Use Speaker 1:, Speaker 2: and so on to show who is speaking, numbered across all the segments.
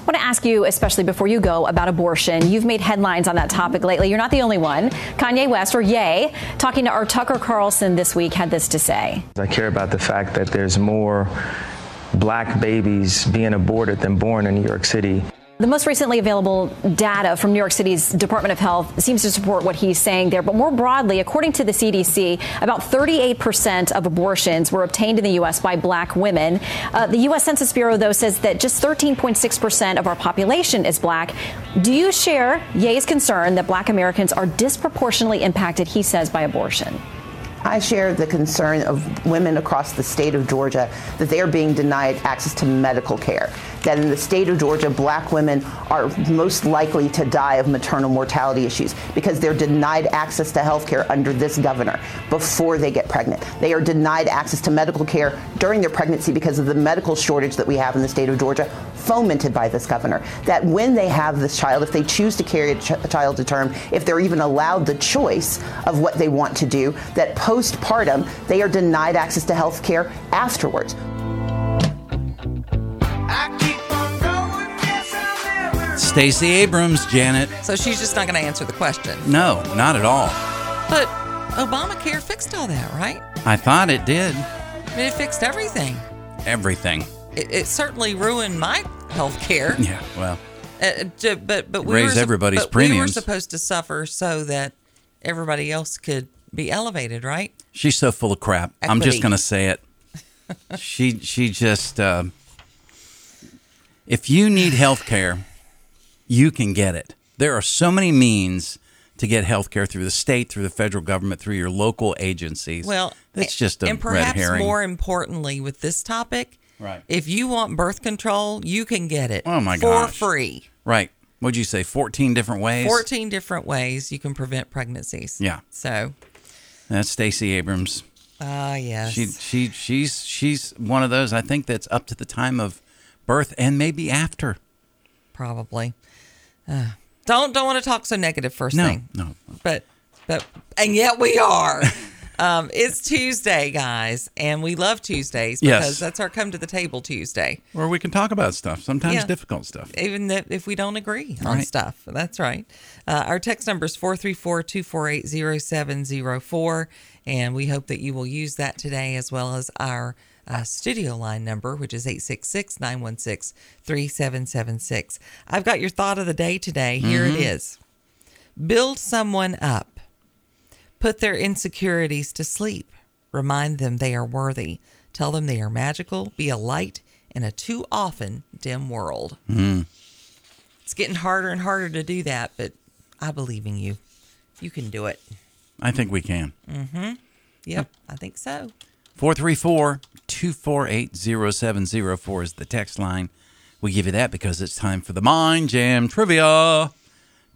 Speaker 1: want to ask you, especially before you go, about abortion. You've made headlines on that topic lately. You're not the only one. Kanye West, or Ye, talking to our Tucker Carlson this week, had this to say.
Speaker 2: I care about the fact that there's more black babies being aborted than born in New York City.
Speaker 1: The most recently available data from New York City's Department of Health seems to support what he's saying there. But more broadly, according to the CDC, about 38% of abortions were obtained in the U.S. by black women. Uh, the U.S. Census Bureau, though, says that just 13.6% of our population is black. Do you share Ye's concern that black Americans are disproportionately impacted, he says, by abortion?
Speaker 3: I share the concern of women across the state of Georgia that they are being denied access to medical care. That in the state of Georgia, black women are most likely to die of maternal mortality issues because they're denied access to health care under this governor before they get pregnant. They are denied access to medical care during their pregnancy because of the medical shortage that we have in the state of Georgia, fomented by this governor. That when they have this child, if they choose to carry a, ch- a child to term, if they're even allowed the choice of what they want to do, that post postpartum, they are denied access to health care afterwards.
Speaker 4: Stacey Abrams, Janet.
Speaker 5: So she's just not going to answer the question.
Speaker 4: No, not at all.
Speaker 5: But Obamacare fixed all that, right?
Speaker 4: I thought it did.
Speaker 5: I mean, it fixed everything.
Speaker 4: Everything.
Speaker 5: It, it certainly ruined my health care.
Speaker 4: Yeah, well.
Speaker 5: Uh, to, but but
Speaker 4: It
Speaker 5: we
Speaker 4: raised
Speaker 5: were, sup-
Speaker 4: everybody's
Speaker 5: but We were
Speaker 4: premiums.
Speaker 5: supposed to suffer so that everybody else could be elevated, right?
Speaker 4: She's so full of crap. I'm just
Speaker 5: Equity.
Speaker 4: going to say it. she she just uh, if you need health care, you can get it. There are so many means to get health care through the state, through the federal government, through your local agencies.
Speaker 5: Well,
Speaker 4: that's just a
Speaker 5: and perhaps
Speaker 4: red herring.
Speaker 5: more importantly with this topic,
Speaker 4: Right.
Speaker 5: If you want birth control, you can get it.
Speaker 4: Oh, my
Speaker 5: for
Speaker 4: gosh.
Speaker 5: free.
Speaker 4: right? What'd you say? Fourteen different ways.
Speaker 5: 14 different ways you can prevent pregnancies.
Speaker 4: Yeah.
Speaker 5: So,
Speaker 4: That's Stacey Abrams.
Speaker 5: ah, yes.
Speaker 4: She she she's she's one of those I think that's up to the time of birth and maybe after.
Speaker 5: probably. Uh, don't don't want to talk so negative first
Speaker 4: No,
Speaker 5: thing.
Speaker 4: no.
Speaker 5: But but and yet we are. um, it's Tuesday, guys, and we love Tuesdays
Speaker 4: Yes.
Speaker 5: because that's our come to the table Tuesday.
Speaker 4: Where we can talk about stuff, sometimes
Speaker 5: Yeah.
Speaker 4: difficult stuff.
Speaker 5: Even that if we don't agree on
Speaker 4: Right.
Speaker 5: stuff. That's right. Uh, our text number is 434-248-0704 and we hope that you will use that today as well as our uh, studio line number which is 866-916-3776. I've got your thought of the day today. Here it is. Build someone up. Put their insecurities to sleep. Remind them they are worthy. Tell them they are magical. Be a light in a too often dim world. It's getting harder and harder to do that, but I believe in you. You can do it.
Speaker 4: I think we can.
Speaker 5: Yep, I think so.
Speaker 4: 434 248 0704 is the text line. We give you that because it's time for the Mind Jam Trivia.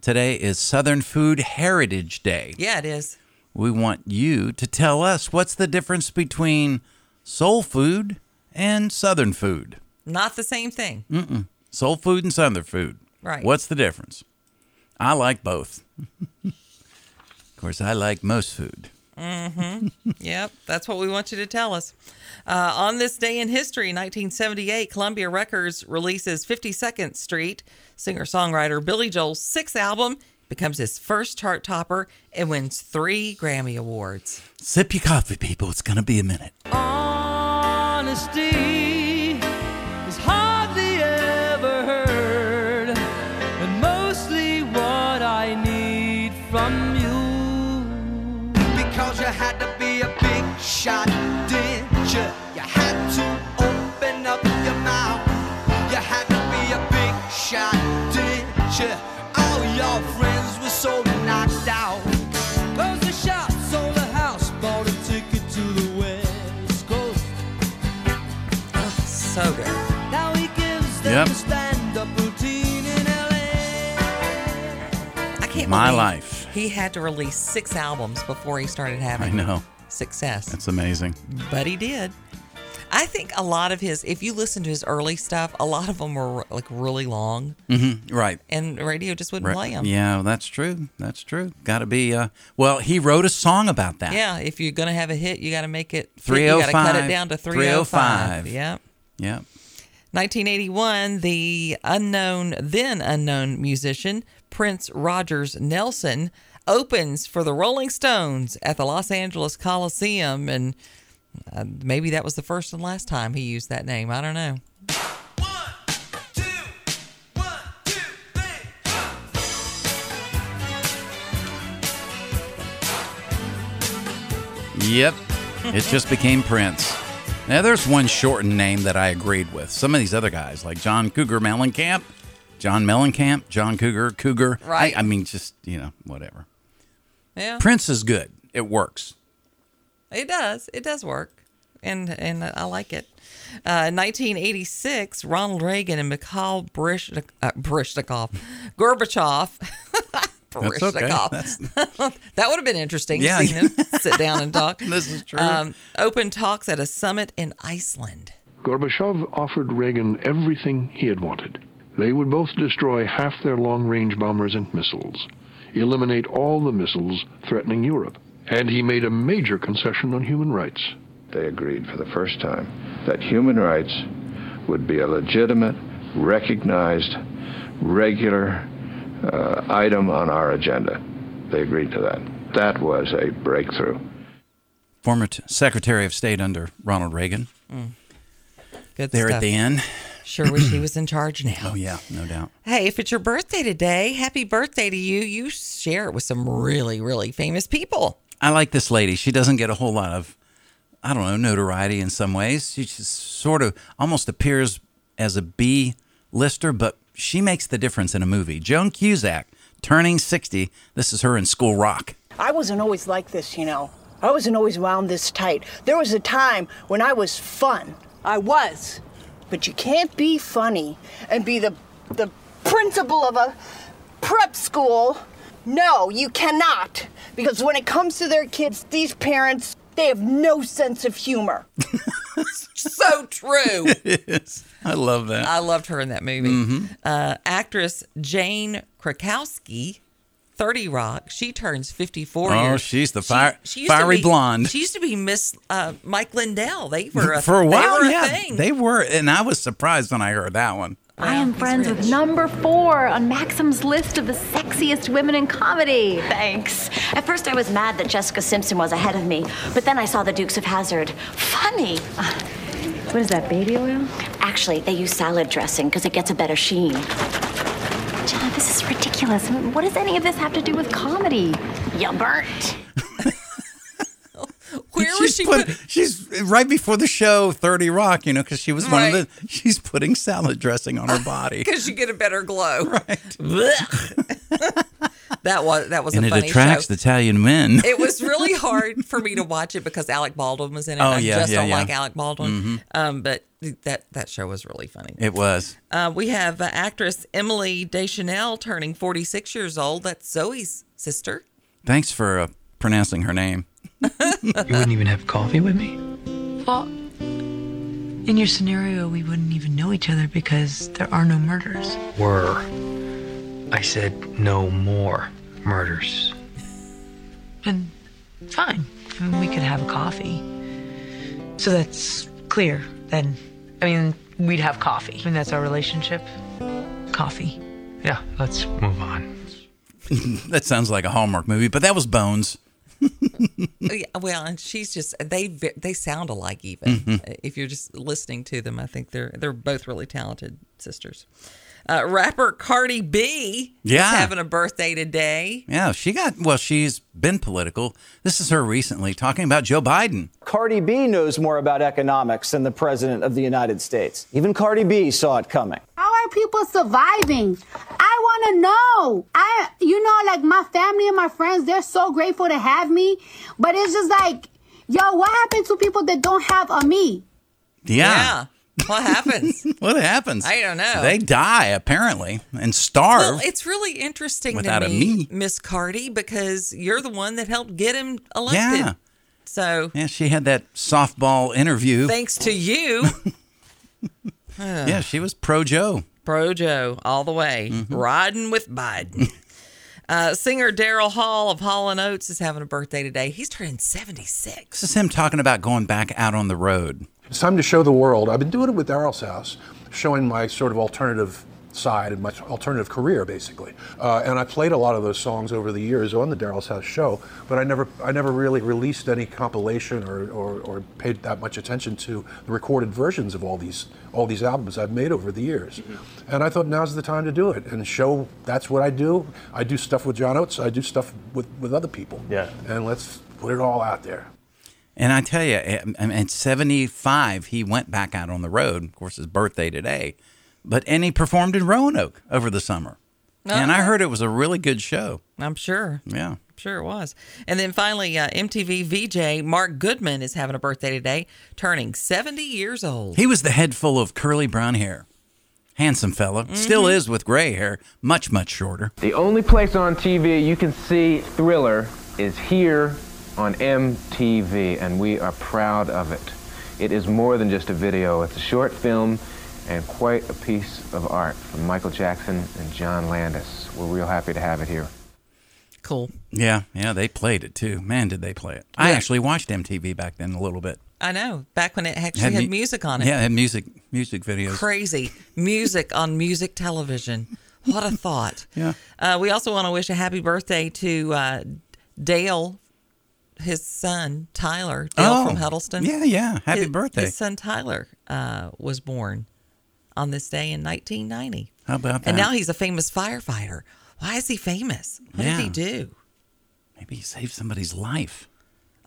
Speaker 4: Today is Southern Food Heritage Day.
Speaker 5: Yeah, it is.
Speaker 4: We want you to tell us what's the difference between soul food and Southern food.
Speaker 5: Not the same thing.
Speaker 4: Soul food and Southern food.
Speaker 5: Right.
Speaker 4: What's the difference? I like both. of course, I like most food.
Speaker 5: Yep, that's what we want you to tell us. Uh, on this day in history, 1978, Columbia Records releases 52nd Street. Singer songwriter Billy Joel's sixth album becomes his first chart topper and wins three Grammy Awards.
Speaker 4: Sip your coffee, people. It's going to be a minute.
Speaker 6: Honesty is hardly ever heard, and mostly what I need from you.
Speaker 7: Because you had to be a big shot, did you? You had to open up your mouth. You had to be a big shot, did you? All your friends were so knocked out.
Speaker 6: Closed the shop, sold the house, bought a ticket to the West Coast.
Speaker 5: So good.
Speaker 6: Now he gives them
Speaker 4: Yep.
Speaker 6: a stand-up routine in L.A.
Speaker 5: I can't
Speaker 4: My
Speaker 5: believe
Speaker 4: life.
Speaker 5: He had to release six albums before he started
Speaker 4: I
Speaker 5: having
Speaker 4: know.
Speaker 5: success.
Speaker 4: That's amazing.
Speaker 5: but he did. I think a lot of his, if you listen to his early stuff, a lot of them were like really long,
Speaker 4: Right.
Speaker 5: and radio just wouldn't
Speaker 4: Mm. Right.
Speaker 5: play them.
Speaker 4: Yeah, well, that's true. That's true. Got to be. Uh, well, he wrote a song about that.
Speaker 5: Yeah, if you're gonna have a hit, you got to make it. You got to cut it
Speaker 4: 305,
Speaker 5: down to
Speaker 4: 305.
Speaker 5: 305. Yeah.
Speaker 4: Yeah.
Speaker 5: 1981, the unknown, then unknown musician Prince Rogers Nelson opens for the Rolling Stones at the Los Angeles Coliseum. And uh, maybe that was the first and last time he used that name. I don't know.
Speaker 7: One, two, one, two, three, four.
Speaker 4: Yep. It just became Prince. Now, there's one shortened name that I agreed with. Some of these other guys, like John Cougar Mellencamp, John Mellencamp, John Cougar, Cougar.
Speaker 5: Right.
Speaker 4: I, I mean, just, you know, whatever.
Speaker 5: Yeah,
Speaker 4: Prince is good. It works.
Speaker 5: it does. It does work, and and I like it. Uh, in 1986, Ronald Reagan and Mikhail Brish, uh, Brishnikov, Gorbachev.
Speaker 4: That's okay.
Speaker 5: Brishnikov.
Speaker 4: That's-
Speaker 5: that would have been interesting.
Speaker 4: Yeah.
Speaker 5: Yeah, seeing them sit down and talk. Um,
Speaker 4: This is true.
Speaker 5: open talks at a summit in Iceland.
Speaker 8: Gorbachev offered Reagan everything he had wanted. They would both destroy half their long range bombers and missiles, eliminate all the missiles threatening Europe, and he made a major concession on human rights.
Speaker 9: they agreed for the first time that human rights would be a legitimate, recognized, regular uh, item on our agenda. They agreed to that. That was a breakthrough.
Speaker 4: Former t- Secretary of State under Ronald Reagan.
Speaker 5: Good
Speaker 4: There
Speaker 5: stuff.
Speaker 4: at the end.
Speaker 5: Sure wish he was in charge now.
Speaker 4: Oh, yeah, no doubt.
Speaker 5: Hey, if it's your birthday today, happy birthday to you. You share it with some really, really famous people.
Speaker 4: I like this lady. She doesn't get a whole lot of, I don't know, notoriety in some ways. She just sort of almost appears as a B lister, but she makes the difference in a movie. Joan Cusack, turning 60. This is her in School Rock.
Speaker 10: I wasn't always like this, you know. I wasn't always wound this tight. There was a time when I was fun. I was. But you can't be funny and be the the principal of a prep school. No, you cannot. Because when it comes to their kids, these parents, they have no sense of humor.
Speaker 5: So true.
Speaker 4: I love that.
Speaker 5: I loved her in that movie.
Speaker 4: Mm-hmm.
Speaker 5: Uh, actress Jane Krakowski, 30 Rock, she turns 54
Speaker 4: Oh,
Speaker 5: years.
Speaker 4: she's the fire-
Speaker 5: used to
Speaker 4: fiery
Speaker 5: be-
Speaker 4: blonde.
Speaker 5: She used to be Miss uh, Mike Lindell. They were a,
Speaker 4: For a while,
Speaker 5: they were
Speaker 4: yeah,
Speaker 5: a thing.
Speaker 4: they were, and I was surprised when I heard that one.
Speaker 11: I am friends with number four on Maxim's list of the sexiest women in comedy. Thanks. At first, I was mad that Jessica Simpson was ahead of me, but then I saw the Dukes of Hazard. Funny. What is that, baby oil? Actually, they use salad dressing because it gets a better sheen. Jenna, this is ridiculous. What does any of this have to do with comedy? You burnt.
Speaker 5: Where
Speaker 4: she's
Speaker 5: was she?
Speaker 4: put-
Speaker 5: put-
Speaker 4: she's right before the show 30 Rock, you know, because she was one
Speaker 5: Right.
Speaker 4: of the, she's putting salad dressing on her body.
Speaker 5: because you get a better glow. Right. that was that was
Speaker 4: and
Speaker 5: a
Speaker 4: it
Speaker 5: funny
Speaker 4: attracts
Speaker 5: show.
Speaker 4: Italian men.
Speaker 5: it was really hard for me to watch it because Alec Baldwin was in it.
Speaker 4: Oh,
Speaker 5: I
Speaker 4: yeah,
Speaker 5: just
Speaker 4: yeah,
Speaker 5: don't
Speaker 4: yeah. Mm-hmm.
Speaker 5: like Alec Baldwin. Um, but that that show was really funny.
Speaker 4: it was.
Speaker 5: Uh, we have uh, actress Emily Deschanel turning 46 years old. That's Zoe's sister.
Speaker 4: Thanks for uh, pronouncing her name.
Speaker 12: You wouldn't even have coffee with me? Well, in your scenario, we wouldn't even know each other because there are no murders. Were. I said no more murders. And fine. I mean, we could have a coffee. So that's clear then. I mean, we'd have coffee. I mean, that's our relationship. Coffee. Yeah, let's move on.
Speaker 4: That sounds like a Hallmark movie, but that was Bones. Hmm.
Speaker 5: Oh, yeah, well, and she's just they ve- they sound alike even
Speaker 4: Mm-hmm.
Speaker 5: Uh, if you're just listening to them. I think they're they're both really talented sisters. Uh, rapper Cardi B
Speaker 4: Yeah.
Speaker 5: is having a birthday today.
Speaker 4: Yeah, she got, well, she's been political. This is her recently talking about Joe Biden.
Speaker 12: Cardi B knows more about economics than the President of the United States. Even Cardi B saw it coming.
Speaker 10: How are people surviving? I want to know. I, you know, like my family and my friends, they're so grateful to have me. But it's just like, yo, what happened to people that don't have a me?
Speaker 4: Yeah.
Speaker 5: Yeah. What happens?
Speaker 4: What happens?
Speaker 5: I don't know.
Speaker 4: They die, apparently, and starve.
Speaker 5: well, it's really interesting
Speaker 4: Without
Speaker 5: to
Speaker 4: a me.
Speaker 5: me, Miss Cardi, because you're the one that helped get him elected.
Speaker 4: Yeah.
Speaker 5: So
Speaker 4: yeah, she had that softball interview.
Speaker 5: thanks to you,
Speaker 4: yeah, she was pro Joe.
Speaker 5: Projo, all the way, riding with Biden. Uh, singer Daryl Hall of Hall and Oates is having a birthday today. He's turning seventy six.
Speaker 4: This is him talking about going back out on the road.
Speaker 8: It's time to show the world. I've been doing it with Daryl's house.
Speaker 13: showing my sort of alternative side and my alternative career, basically. Uh, and I played a lot of those songs over the years on the Daryl's House show, but I never, I never really released any compilation or, or, or paid that much attention to the recorded versions of all these, all these albums I've made over the years. And I thought now's the time to do it and show that's what I do. I do stuff with John Oates. I do stuff with, with other people. Yeah. And let's put it all out there.
Speaker 4: And I tell you, at, at 75, he went back out on the road. Of course, his birthday today. But and he performed in Roanoke over the summer. And
Speaker 5: Oh.
Speaker 4: I heard it was a really good show.
Speaker 5: I'm sure.
Speaker 4: Yeah.
Speaker 5: I'm sure it was. And then finally, uh, MTV VJ Mark Goodman is having a birthday today, turning 70 years old.
Speaker 4: He was the head full of curly brown hair. Handsome fella. Still
Speaker 5: Mhm.
Speaker 4: is with gray hair, much, much shorter.
Speaker 14: The only place on TV you can see Thriller is here on MTV, and we are proud of it. It is more than just a video, it's a short film and quite a piece of art from Michael Jackson and John Landis. We're real happy to have it here.
Speaker 5: Cool.
Speaker 4: Yeah, yeah, they played it too. Man, did they play it. I actually watched MTV back then a little bit.
Speaker 5: I know. Back when it actually had,
Speaker 4: mu-
Speaker 5: music on it.
Speaker 4: Yeah, had music music videos.
Speaker 5: Crazy. music on music television. What a thought.
Speaker 4: Yeah.
Speaker 5: Uh, we also want to wish a happy birthday to uh, Dale, his son, Tyler. Dale
Speaker 4: Oh,
Speaker 5: from Huddleston.
Speaker 4: yeah, yeah. Happy
Speaker 5: His-
Speaker 4: birthday.
Speaker 5: His son, Tyler, uh, was born on this day in 1990.
Speaker 4: How about
Speaker 5: And
Speaker 4: that?
Speaker 5: now he's a famous firefighter. Why is he famous? What did he do?
Speaker 4: Maybe he saved somebody's life.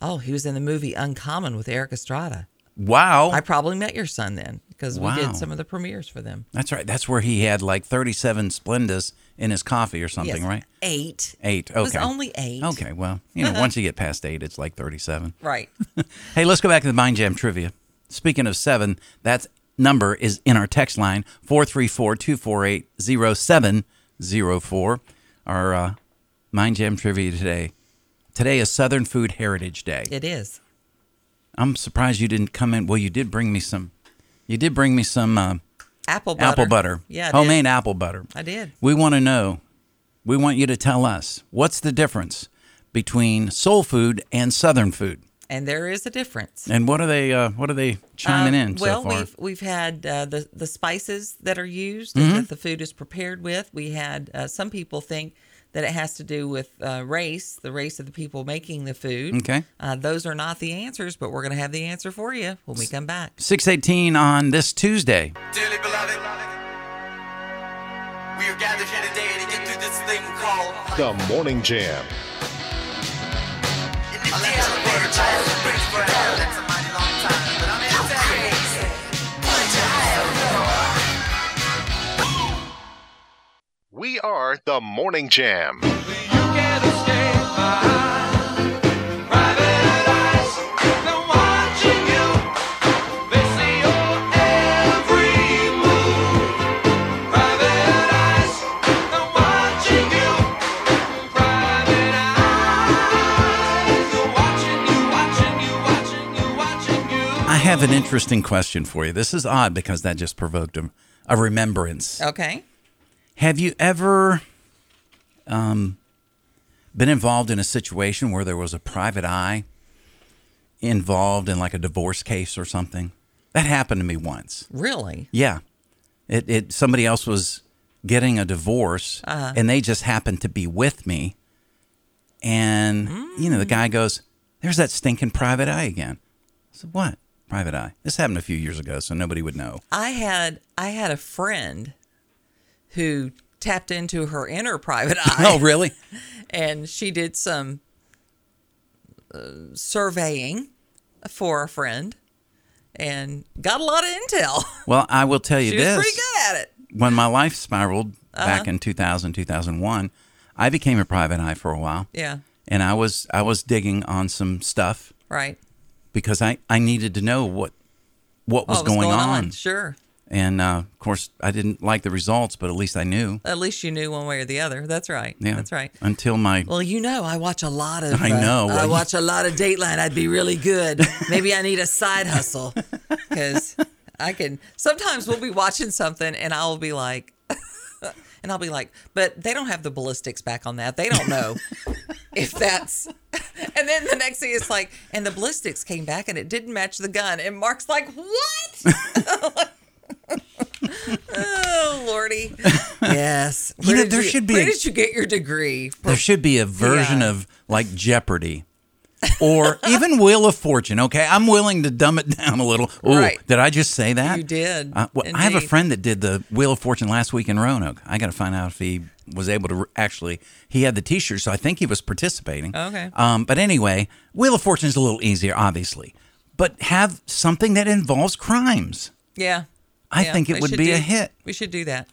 Speaker 5: Oh, he was in the movie Uncommon with Eric Estrada.
Speaker 4: Wow.
Speaker 5: I probably met your son then because we
Speaker 4: Oh. Wow.
Speaker 5: did some of the premieres for them.
Speaker 4: That's right. That's where he had like 37 Splendas in his coffee or something,
Speaker 5: Yes,
Speaker 4: right?
Speaker 5: Eight.
Speaker 4: Eight.
Speaker 5: It
Speaker 4: Okay.
Speaker 5: was only eight.
Speaker 4: Okay. Well, you know, once you get past eight, it's like 37.
Speaker 5: Right.
Speaker 4: Hey, let's go back to the Mind Jam trivia. Speaking of seven, that number is in our text line 434 248 0704. Our uh, Mind Jam trivia today. Today is Southern Food Heritage Day.
Speaker 5: It is.
Speaker 4: I'm surprised you didn't come in. Well, you did bring me some. You did bring me some uh,
Speaker 5: Apple butter.
Speaker 4: apple butter.
Speaker 5: Yeah. I did.
Speaker 4: homemade apple butter.
Speaker 5: I did.
Speaker 4: We want to know. We want you to tell us what's the difference between soul food and Southern food,
Speaker 5: And there is a difference.
Speaker 4: and what are they? Uh, what are they chiming
Speaker 5: Um,
Speaker 4: in
Speaker 5: well,
Speaker 4: so far?
Speaker 5: we've we've had uh, the the spices that are used
Speaker 4: Mhm.
Speaker 5: and that the food is prepared with. We had uh, some people think that it has to do with uh, race, the race of the people making the food.
Speaker 4: Okay.
Speaker 5: Uh, those are not the answers, but we're going to have the answer for you when we come back.
Speaker 4: Six eighteen on this Tuesday.
Speaker 7: Dearly beloved, we are gathered here today to get through this thing called
Speaker 15: The Morning Jam. We are the Morning Jam.
Speaker 4: I have an interesting question for you. This is odd because that just provoked a, a remembrance.
Speaker 5: Okay.
Speaker 4: Have you ever um, been involved in a situation where there was a private eye involved in like a divorce case or something? That happened to me once.
Speaker 5: Really?
Speaker 4: Yeah. It, it somebody else was getting a divorce
Speaker 5: Uh-huh.
Speaker 4: and they just happened to be with me. And you know, the
Speaker 5: Mm.
Speaker 4: guy goes, There's that stinking private eye again. I said, What? Private eye. This happened a few years ago, so nobody would know.
Speaker 5: I had I had a friend who tapped into her inner private eye.
Speaker 4: Oh, really?
Speaker 5: and she did some uh, surveying for a friend and got a lot of intel.
Speaker 4: Well, I will tell you
Speaker 5: she
Speaker 4: this.
Speaker 5: was pretty good at it.
Speaker 4: when my life spiraled back
Speaker 5: Uh-huh.
Speaker 4: in 2000 2001 i became a private eye for a while
Speaker 5: Yeah.
Speaker 4: and i was i was digging on some stuff
Speaker 5: Right.
Speaker 4: because i i needed to know what what was,
Speaker 5: What was
Speaker 4: going,
Speaker 5: going
Speaker 4: on.
Speaker 5: on, sure.
Speaker 4: and uh, of course i didn't like the results but at least i knew
Speaker 5: At least you knew one way or the other. That's right.
Speaker 4: yeah
Speaker 5: That's right.
Speaker 4: until my
Speaker 5: Well, you know, I watch a lot of. uh,
Speaker 4: I know.
Speaker 5: I
Speaker 4: Well,
Speaker 5: watch a lot of Dateline. I'd be really good. Maybe I need a side hustle because I can. Sometimes we'll be watching something and I'll be like, and I'll be like, but they don't have the ballistics back on that. They don't know if that's. And then the next thing is like, and the ballistics came back and it didn't match the gun. And Mark's like, what? oh, Lordy. Yes.
Speaker 4: You know,
Speaker 5: did
Speaker 4: there should be
Speaker 5: Where
Speaker 4: a-
Speaker 5: did you get your degree?
Speaker 4: There should be a version of like Jeopardy or even Wheel of Fortune. Okay, I'm willing to dumb it down a little. Ooh,
Speaker 5: Right.
Speaker 4: did I just say that?
Speaker 5: You did,
Speaker 4: Uh, well, I have a
Speaker 5: indeed.
Speaker 4: friend that did the Wheel of Fortune last week in Roanoke. I got to find out if he was able to re- actually. He had the T-shirt, so I think he was participating.
Speaker 5: Okay.
Speaker 4: Um, but anyway, Wheel of Fortune is a little easier, obviously, but have something that involves crimes.
Speaker 5: Yeah.
Speaker 4: I
Speaker 5: Yeah,
Speaker 4: think it
Speaker 5: we
Speaker 4: would
Speaker 5: should
Speaker 4: be a
Speaker 5: do-
Speaker 4: hit.
Speaker 5: We should do that.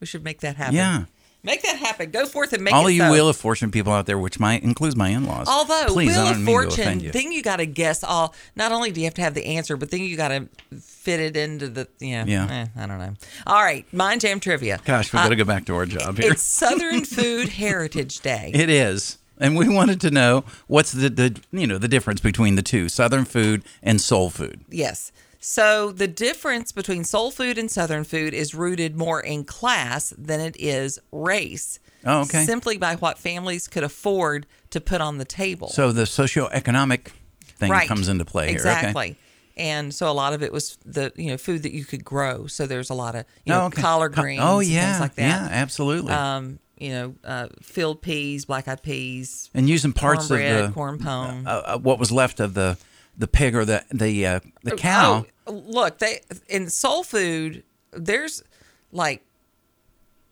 Speaker 5: We should make that happen.
Speaker 4: Yeah.
Speaker 5: Make that happen. Go forth and make
Speaker 4: All
Speaker 5: it
Speaker 4: of you
Speaker 5: so.
Speaker 4: Wheel of Fortune people out there, which might includes my in-laws.
Speaker 5: Although
Speaker 4: please,
Speaker 5: Wheel
Speaker 4: I
Speaker 5: of
Speaker 4: don't mean to
Speaker 5: Fortune,
Speaker 4: offend you.
Speaker 5: then you got to guess all. Not only do you have to have the answer, but then you got to fit it into the yeah.
Speaker 4: Yeah.
Speaker 5: eh, I don't know. All right, mind jam trivia.
Speaker 4: Gosh, we
Speaker 5: Uh,
Speaker 4: got to go back to our job here.
Speaker 5: It's Southern Food Heritage Day.
Speaker 4: It is. And we wanted to know what's the, the you know the difference between the two, Southern food and soul food.
Speaker 5: Yes. So the difference between soul food and southern food is rooted more in class than it is race.
Speaker 4: Oh, okay.
Speaker 5: Simply by what families could afford to put on the table.
Speaker 4: So the socioeconomic thing
Speaker 5: Right.
Speaker 4: comes into play here.
Speaker 5: Exactly.
Speaker 4: Okay.
Speaker 5: And so a lot of it was the you know food that you could grow. So there's a lot of you
Speaker 4: Oh,
Speaker 5: know
Speaker 4: okay.
Speaker 5: collard
Speaker 4: Co-
Speaker 5: greens,
Speaker 4: oh,
Speaker 5: and
Speaker 4: yeah.
Speaker 5: things like that.
Speaker 4: Yeah, absolutely.
Speaker 5: Um, you know, uh, field peas, black eyed peas,
Speaker 4: And using parts of
Speaker 5: cornbread,
Speaker 4: the
Speaker 5: corn pone.
Speaker 4: uh, uh, what was left of the the pig or the the uh, the cow.
Speaker 5: Oh, look, they in soul food, there's like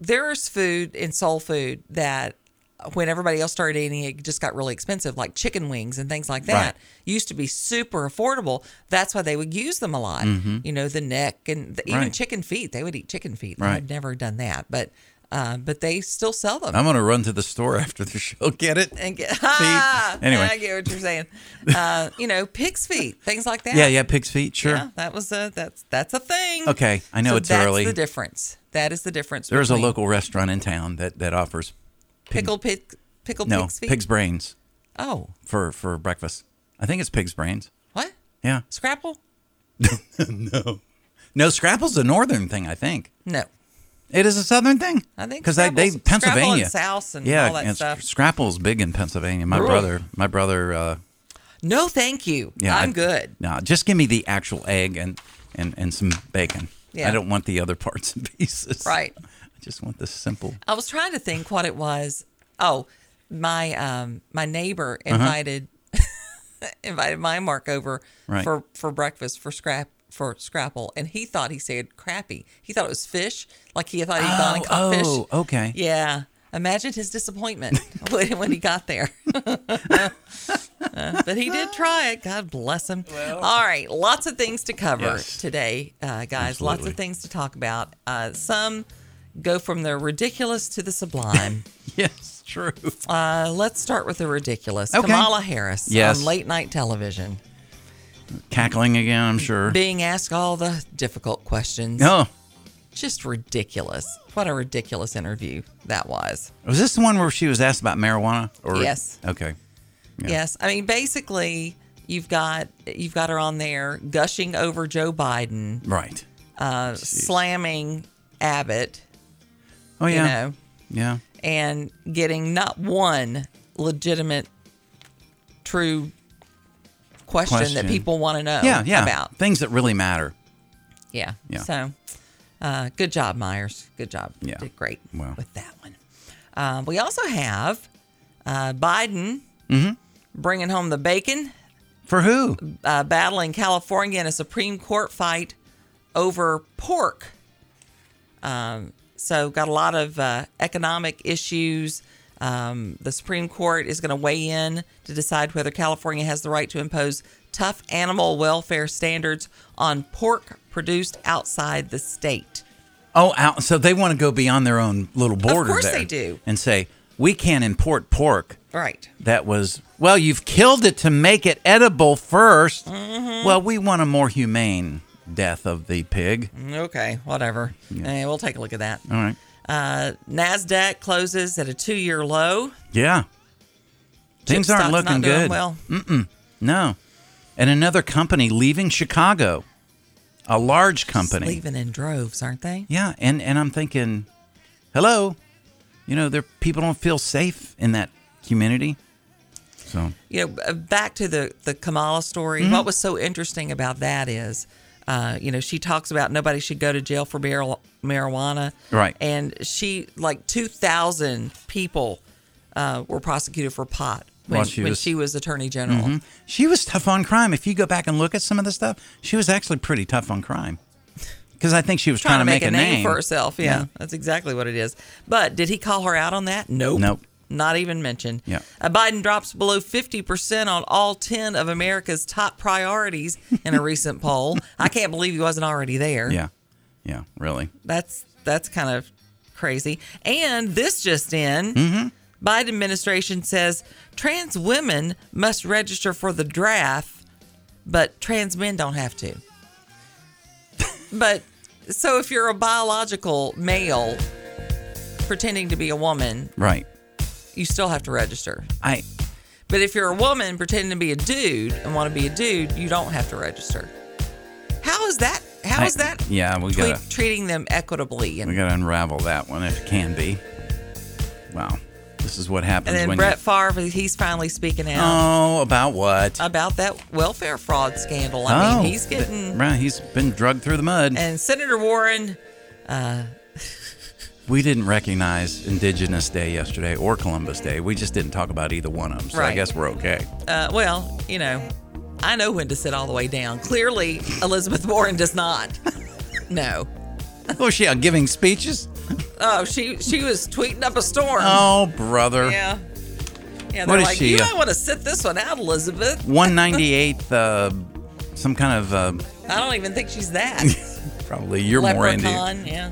Speaker 5: there's food in soul food that when everybody else started eating it, it just got really expensive, like chicken wings and things like that.
Speaker 4: Right.
Speaker 5: Used to be super affordable. That's why they would use them a lot.
Speaker 4: Mhm.
Speaker 5: You know, the neck and the, even
Speaker 4: Right.
Speaker 5: chicken feet. They would eat chicken feet.
Speaker 4: Right.
Speaker 5: I've never done that, but uh, but they still sell them.
Speaker 4: I'm gonna run to the store after the show. Get it?
Speaker 5: and get, Ah,
Speaker 4: feet. Anyway.
Speaker 5: I get what you're saying. Uh, you know, pig's feet, things like that.
Speaker 4: Yeah, yeah, pig's feet. Sure.
Speaker 5: Yeah, that was a that's that's a thing.
Speaker 4: Okay, I know
Speaker 5: So
Speaker 4: it's
Speaker 5: that's
Speaker 4: early.
Speaker 5: the difference. That is the difference.
Speaker 4: There's a
Speaker 5: between
Speaker 4: local restaurant in town that that offers pig-
Speaker 5: pickled pig, pickled
Speaker 4: no
Speaker 5: pig's feet.
Speaker 4: brains.
Speaker 5: Oh.
Speaker 4: for for breakfast. I think it's pig's brains.
Speaker 5: What?
Speaker 4: Yeah.
Speaker 5: Scrapple?
Speaker 4: no. No, Scrapple's a northern thing, I think.
Speaker 5: No.
Speaker 4: It is a southern thing.
Speaker 5: I think
Speaker 4: because they, they
Speaker 5: Scrapple's-
Speaker 4: Pennsylvania
Speaker 5: Scrapple and souse and
Speaker 4: yeah,
Speaker 5: all that
Speaker 4: and
Speaker 5: stuff.
Speaker 4: Scrapple's big in Pennsylvania. My
Speaker 5: Ooh.
Speaker 4: brother, my brother. Uh,
Speaker 5: No, thank you.
Speaker 4: yeah,
Speaker 5: I'm
Speaker 4: I-
Speaker 5: good.
Speaker 4: No, just give me the actual egg and and and some bacon.
Speaker 5: Yeah.
Speaker 4: I don't want the other parts and pieces.
Speaker 5: Right.
Speaker 4: I just want the simple.
Speaker 5: I was trying to think what it was. Oh, my um my neighbor
Speaker 4: Uh-huh.
Speaker 5: invited invited my Mark over
Speaker 4: Right.
Speaker 5: for for breakfast for scrap for scrapple, and he thought he said crappy. He thought it was fish, like he thought he'd gone and
Speaker 4: Oh,
Speaker 5: caught
Speaker 4: oh,
Speaker 5: fish.
Speaker 4: okay.
Speaker 5: Yeah. Imagine his disappointment when, when he got there. Uh, but he did try it. God bless him. All right. Lots of things to cover
Speaker 4: Yes.
Speaker 5: today, uh, guys. Lots
Speaker 4: Absolutely.
Speaker 5: of things to talk about. Uh, some go from the ridiculous to the sublime.
Speaker 4: yes, true.
Speaker 5: Uh, let's start with the ridiculous.
Speaker 4: Okay.
Speaker 5: Kamala Harris
Speaker 4: Yes.
Speaker 5: on late night television
Speaker 4: Cackling again, I'm sure.
Speaker 5: being asked all the difficult questions.
Speaker 4: No.
Speaker 5: Just ridiculous. What a ridiculous interview that was.
Speaker 4: Was this the one where she was asked about marijuana? Or
Speaker 5: Yes.
Speaker 4: Okay. Yeah.
Speaker 5: Yes, I mean basically you've got you've got her on there gushing over Joe Biden,
Speaker 4: Right.
Speaker 5: uh, slamming Abbott,
Speaker 4: Oh yeah.
Speaker 5: you know,
Speaker 4: Yeah.
Speaker 5: and getting not one legitimate, true question, that
Speaker 4: Question.
Speaker 5: people want to know
Speaker 4: yeah, yeah.
Speaker 5: about.
Speaker 4: things that really matter.
Speaker 5: Yeah.
Speaker 4: Yeah.
Speaker 5: So, uh, good job, Myers. Good job. You
Speaker 4: Yeah.
Speaker 5: Did great
Speaker 4: Wow.
Speaker 5: with that one. Um, we also have uh, Biden
Speaker 4: Mhm.
Speaker 5: bringing home the bacon,
Speaker 4: For who?
Speaker 5: uh, battling California in a Supreme Court fight over pork. Um, so, got a lot of uh, economic issues. Um, the Supreme Court is going to weigh in to decide whether California has the right to impose tough animal welfare standards on pork produced outside the state.
Speaker 4: Oh, out, so they want to go beyond their own little border.
Speaker 5: course
Speaker 4: there
Speaker 5: they do.
Speaker 4: And say we can't import pork
Speaker 5: Right.
Speaker 4: that was well, you've killed it to make it edible 1st
Speaker 5: Mm-hmm.
Speaker 4: Well, we want a more humane death of the pig.
Speaker 5: Mm-hmm. Okay, whatever. Eh, we'll take a look at that.
Speaker 4: All right.
Speaker 5: Uh, NASDAQ closes at a two year low.
Speaker 4: Yeah. Things aren't
Speaker 5: stock's not
Speaker 4: looking
Speaker 5: doing
Speaker 4: good.
Speaker 5: well.
Speaker 4: Mm-mm. No. And another company leaving Chicago, a large company.
Speaker 5: Leaving in droves, aren't they?
Speaker 4: Yeah, and and I'm thinking, hello, you know, there people don't feel safe in that community. So
Speaker 5: you know, b- uh, back to the the Kamala story.
Speaker 4: Mhm.
Speaker 5: What was so interesting about that is Uh, you know, she talks about nobody should go to jail for mar- marijuana.
Speaker 4: Right.
Speaker 5: And she, like 2,000 people uh, were prosecuted for pot when,
Speaker 4: While
Speaker 5: she,
Speaker 4: she
Speaker 5: when
Speaker 4: was-
Speaker 5: she was attorney general.
Speaker 4: Mhm. She was tough on crime. If you go back and look at some of the stuff, she was actually pretty tough on crime. Because I think she was trying, to make,
Speaker 5: a name, for herself. Yeah, that's exactly what it is. But did he call her out on that? Nope.
Speaker 4: Nope.
Speaker 5: Not even mentioned.
Speaker 4: Yeah.
Speaker 5: Uh, Biden drops below 50% on all 10 of America's top priorities in a recent poll. I can't believe he wasn't already there.
Speaker 4: Yeah. Yeah. Really.
Speaker 5: That's that's kind of crazy. And this just in.
Speaker 4: Mhm.
Speaker 5: Biden administration says trans women must register for the draft, but trans men don't have to. but so if you're a biological male pretending to be a woman,
Speaker 4: Right.
Speaker 5: you still have to register.
Speaker 4: I.
Speaker 5: But if you're a woman pretending to be a dude and want to be a dude, you don't have to register. How is that? How
Speaker 4: I-
Speaker 5: is that?
Speaker 4: yeah, we
Speaker 5: tweet-
Speaker 4: gotta-
Speaker 5: treating them equitably and
Speaker 4: We got to unravel that one if it can be. Wow. This is what happens
Speaker 5: And then
Speaker 4: when
Speaker 5: Brett Favre, he's finally speaking
Speaker 4: you.
Speaker 5: out
Speaker 4: Oh, about what?
Speaker 5: about that welfare fraud scandal. I
Speaker 4: oh,
Speaker 5: mean, he's
Speaker 4: th-
Speaker 5: getting.
Speaker 4: Right. He's been drugged through the mud.
Speaker 5: And Senator Warren, uh,
Speaker 4: We didn't recognize Indigenous Day yesterday or Columbus Day. We just didn't talk about either one of them. So I
Speaker 5: Right.
Speaker 4: guess we're okay.
Speaker 5: uh, well, you know, I know when to sit all the way down. Clearly, Elizabeth Warren does not. No.
Speaker 4: Oh, she out giving speeches?
Speaker 5: Oh, she she was tweeting up a storm.
Speaker 4: Oh, brother.
Speaker 5: Yeah. Yeah, they're
Speaker 4: What is
Speaker 5: like,
Speaker 4: she,
Speaker 5: you
Speaker 4: uh,
Speaker 5: might want to sit this one out, Elizabeth.
Speaker 4: 198th, uh, some kind of uh,
Speaker 5: I don't even think she's that.
Speaker 4: probably you're more
Speaker 5: Leprechaun,
Speaker 4: into.
Speaker 5: yeah.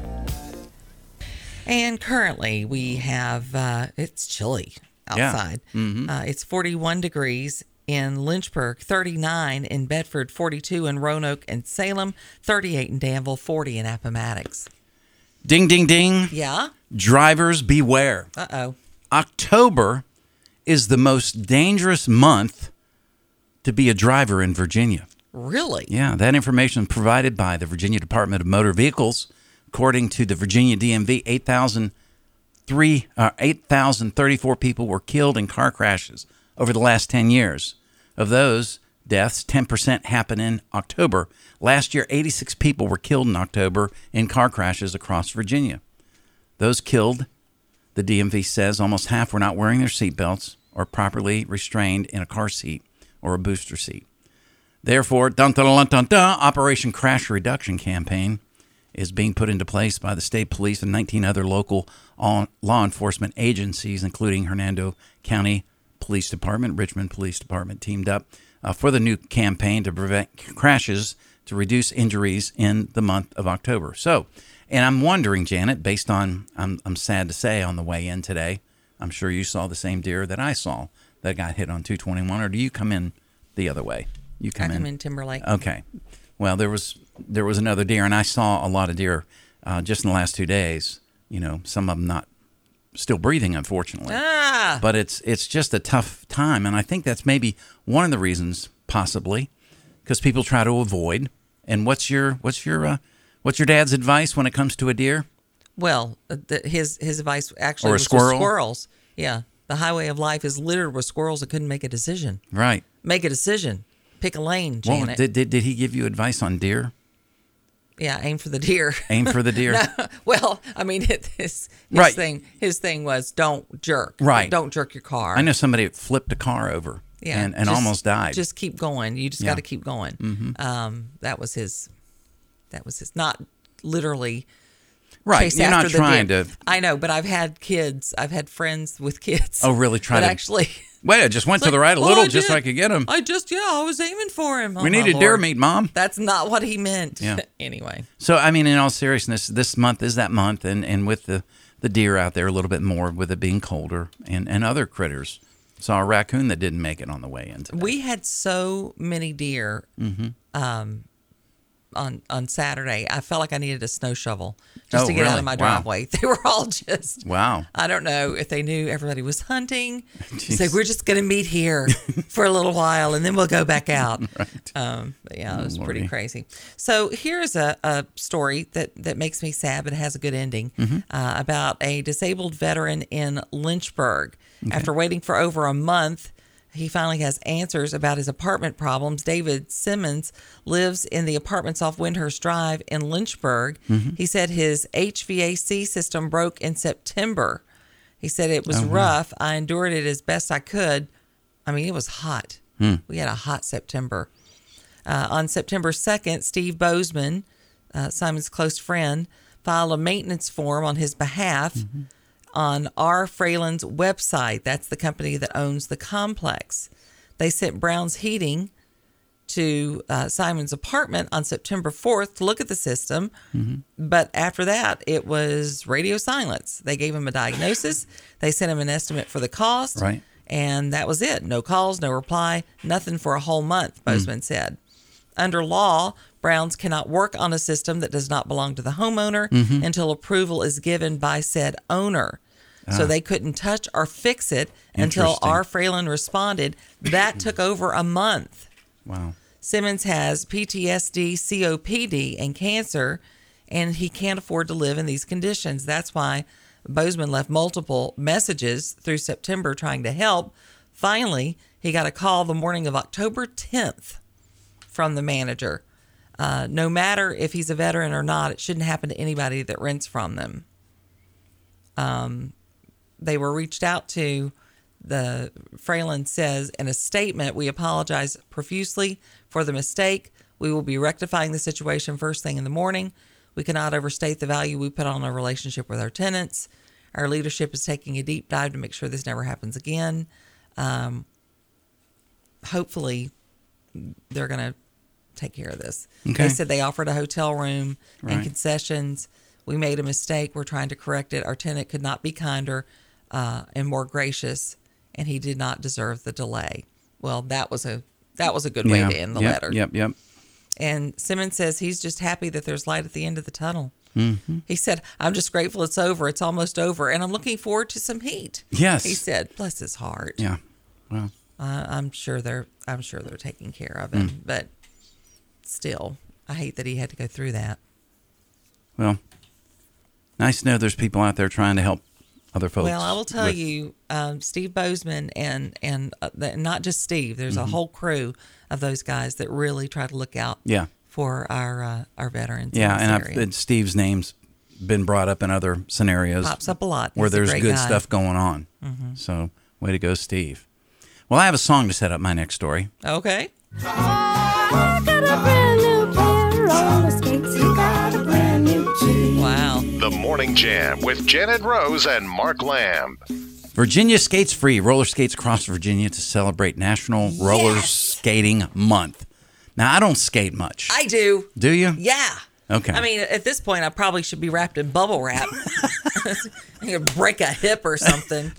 Speaker 5: And currently we have uh, it's chilly
Speaker 4: Yeah.
Speaker 5: outside.
Speaker 4: Mhm.
Speaker 5: Uh, it's 41 degrees in Lynchburg, 39 in Bedford, 42 in Roanoke and Salem, 38 in Danville, 40 in Appomattox.
Speaker 4: Ding, ding, ding.
Speaker 5: Yeah.
Speaker 4: Drivers beware.
Speaker 5: Uh oh.
Speaker 4: October is the most dangerous month to be a driver in Virginia.
Speaker 5: Really?
Speaker 4: Yeah, that information is provided by the Virginia Department of Motor Vehicles. According to the Virginia DMV, 8,003 uh, 8,034 people were killed in car crashes over the last 10 years. Of those deaths, 10% happened in October. Last year, 86 people were killed in October in car crashes across Virginia. Those killed, the DMV says, almost half were not wearing their seatbelts or properly restrained in a car seat or a booster seat. Therefore, dun dun dun dun dun, Operation Crash Reduction Campaign is being put into place by the state police and 19 other local on- law enforcement agencies, including Hernando County Police Department, Richmond Police Department, teamed up uh, for the new campaign to prevent c- crashes to reduce injuries in the month of October. So, and I'm wondering, Janet, based on, I'm, I'm sad to say, on the way in today, I'm sure you saw the same deer that I saw that got hit on 221, or do you come in the other way? You come
Speaker 5: I
Speaker 4: in.
Speaker 5: come in Timberlake.
Speaker 4: Okay. Well, there was there was another deer, and I saw a lot of deer uh, just in the last two days. You know, some of them not still breathing, unfortunately.
Speaker 5: Ah.
Speaker 4: But it's it's just a tough time, and I think that's maybe one of the reasons, possibly, because people try to avoid. And what's your what's your uh, what's your dad's advice when it comes to a deer?
Speaker 5: Well, uh, the, his his advice actually
Speaker 4: Or a
Speaker 5: was to
Speaker 4: squirrel?
Speaker 5: squirrels. Yeah, the highway of life is littered with squirrels that couldn't make a decision.
Speaker 4: Right.
Speaker 5: Make a decision. Pick a lane,
Speaker 4: Well,
Speaker 5: Janet.
Speaker 4: did, did did he give you advice on deer?
Speaker 5: Yeah, aim for the deer.
Speaker 4: Aim for the deer.
Speaker 5: No, well, I mean, it, his, his
Speaker 4: Right.
Speaker 5: thing his thing was don't jerk.
Speaker 4: Right.
Speaker 5: Don't jerk your car.
Speaker 4: I know somebody that flipped a car over.
Speaker 5: Yeah.
Speaker 4: And, and
Speaker 5: just-
Speaker 4: almost died.
Speaker 5: Just keep going. You just
Speaker 4: Yeah.
Speaker 5: got to keep going.
Speaker 4: Mhm.
Speaker 5: Um, that was his. That was his. Not literally.
Speaker 4: Right,
Speaker 5: chase
Speaker 4: you're not
Speaker 5: after the
Speaker 4: trying
Speaker 5: deer.
Speaker 4: to-
Speaker 5: I know, but I've had kids. I've had friends with kids.
Speaker 4: Oh, really? Try
Speaker 5: Try
Speaker 4: to
Speaker 5: actually.
Speaker 4: Wait, I just went
Speaker 5: It's
Speaker 4: to the
Speaker 5: like,
Speaker 4: right a
Speaker 5: "Oh,
Speaker 4: little
Speaker 5: I
Speaker 4: just so I
Speaker 5: did.
Speaker 4: could get him.
Speaker 5: I just yeah, I was aiming for him. Oh,
Speaker 4: We
Speaker 5: my
Speaker 4: needed deer
Speaker 5: Lord.
Speaker 4: meat, Mom.
Speaker 5: That's not what he meant.
Speaker 4: Yeah.
Speaker 5: anyway.
Speaker 4: So, I mean, in all seriousness, this month is that month, and, and with the, the deer out there a little bit more, with it being colder and, and other critters. Saw a raccoon that didn't make it on the way in. today.
Speaker 5: We had so many deer
Speaker 4: Mhm.
Speaker 5: um, on on Saturday. I felt like I needed a snow shovel
Speaker 4: Oh,
Speaker 5: just to get out
Speaker 4: really?
Speaker 5: of my
Speaker 4: Wow.
Speaker 5: driveway. They were all just
Speaker 4: Wow.
Speaker 5: I don't know if they knew everybody was hunting. It's like we're just going to meet here for a little while and then we'll go back out. um, but yeah, it was pretty
Speaker 4: Lordy.
Speaker 5: crazy. So here's a, a story that, that makes me sad, but it has a good ending
Speaker 4: Mhm.
Speaker 5: uh, about a disabled veteran in Lynchburg. After waiting for over a month, he finally has answers about his apartment problems. David Simmons lives in the apartments off Windhurst Drive in Lynchburg.
Speaker 4: Mhm.
Speaker 5: He said his HVAC system broke in September. He said it was
Speaker 4: Oh, wow.
Speaker 5: rough. I endured it as best I could. I mean, it was hot.
Speaker 4: Hmm.
Speaker 5: We had a hot September. Uh, on September 2nd, Steve Bozeman, uh, Simon's close friend, filed a maintenance form on his behalf on R. Fralin's website. That's the company that owns the complex. They sent Brown's Heating to uh, Simon's apartment on September 4th to look at the system.
Speaker 4: Mhm.
Speaker 5: But after that, it was radio silence. They gave him a diagnosis, they sent him an estimate for the cost.
Speaker 4: Right.
Speaker 5: And that was it. No calls, no reply, nothing for a whole month, Bozeman said. Under law, Browns cannot work on a system that does not belong to the homeowner
Speaker 4: Mhm.
Speaker 5: until approval is given by said owner.
Speaker 4: Ah.
Speaker 5: So they couldn't touch or fix it until
Speaker 4: Interesting.
Speaker 5: R. Fralin responded. That took over a month.
Speaker 4: Wow.
Speaker 5: Simmons has PTSD, COPD, and cancer, and he can't afford to live in these conditions. That's why Bozeman left multiple messages through September trying to help. Finally, he got a call the morning of October 10th from the manager. Uh, no matter if he's a veteran or not, it shouldn't happen to anybody that rents from them. Um, they were reached out to. The Fralin says in a statement, "We apologize profusely for the mistake. We will be rectifying the situation first thing in the morning. We cannot overstate the value we put on our relationship with our tenants. Our leadership is taking a deep dive to make sure this never happens again. Um, hopefully, they're going to take care of this.
Speaker 4: Okay.
Speaker 5: They said they offered a hotel room and
Speaker 4: Right.
Speaker 5: concessions. We made a mistake. We're trying to correct it. Our tenant could not be kinder uh, and more gracious, and he did not deserve the delay. Well, that was a that was a good
Speaker 4: Yeah.
Speaker 5: way to end the
Speaker 4: Yep,
Speaker 5: letter.
Speaker 4: Yep, yep.
Speaker 5: And Simmons says he's just happy that there's light at the end of the tunnel.
Speaker 4: Mhm.
Speaker 5: He said, "I'm just grateful it's over. It's almost over, and I'm looking forward to some heat."
Speaker 4: Yes.
Speaker 5: he said. Bless his heart.
Speaker 4: Yeah. Wow.
Speaker 5: Uh, I'm sure they're I'm sure they're taking care of
Speaker 4: Mm.
Speaker 5: him, but still, I hate that he had to go through that.
Speaker 4: Well, nice to know there's people out there trying to help other folks.
Speaker 5: Well, I will tell
Speaker 4: with-
Speaker 5: you, um, Steve Bozeman and and uh, the, not just Steve. There's
Speaker 4: Mhm.
Speaker 5: a whole crew of those guys that really try to look out.
Speaker 4: Yeah.
Speaker 5: for our uh, our veterans. in
Speaker 4: Yeah,
Speaker 5: this
Speaker 4: and I've,
Speaker 5: area.
Speaker 4: and Steve's name's been brought up in other scenarios.
Speaker 5: Pops up a lot.
Speaker 4: where
Speaker 5: He's a
Speaker 4: there's
Speaker 5: great
Speaker 4: good
Speaker 5: guy.
Speaker 4: stuff going on.
Speaker 5: Mhm.
Speaker 4: So, way to go, Steve. Well, I have a song to set up my next story.
Speaker 5: okay. Wow.
Speaker 15: The Morning Jam with Janet Rose and Mark Lamb.
Speaker 4: Virginia Skates Free roller skates across Virginia to celebrate National Roller Skating Month. Now, I don't skate much.
Speaker 5: I do.
Speaker 4: Do you?
Speaker 5: Yeah.
Speaker 4: Okay.
Speaker 5: I mean, at this point, I probably should be wrapped in bubble wrap. I'm gonna break a hip or something.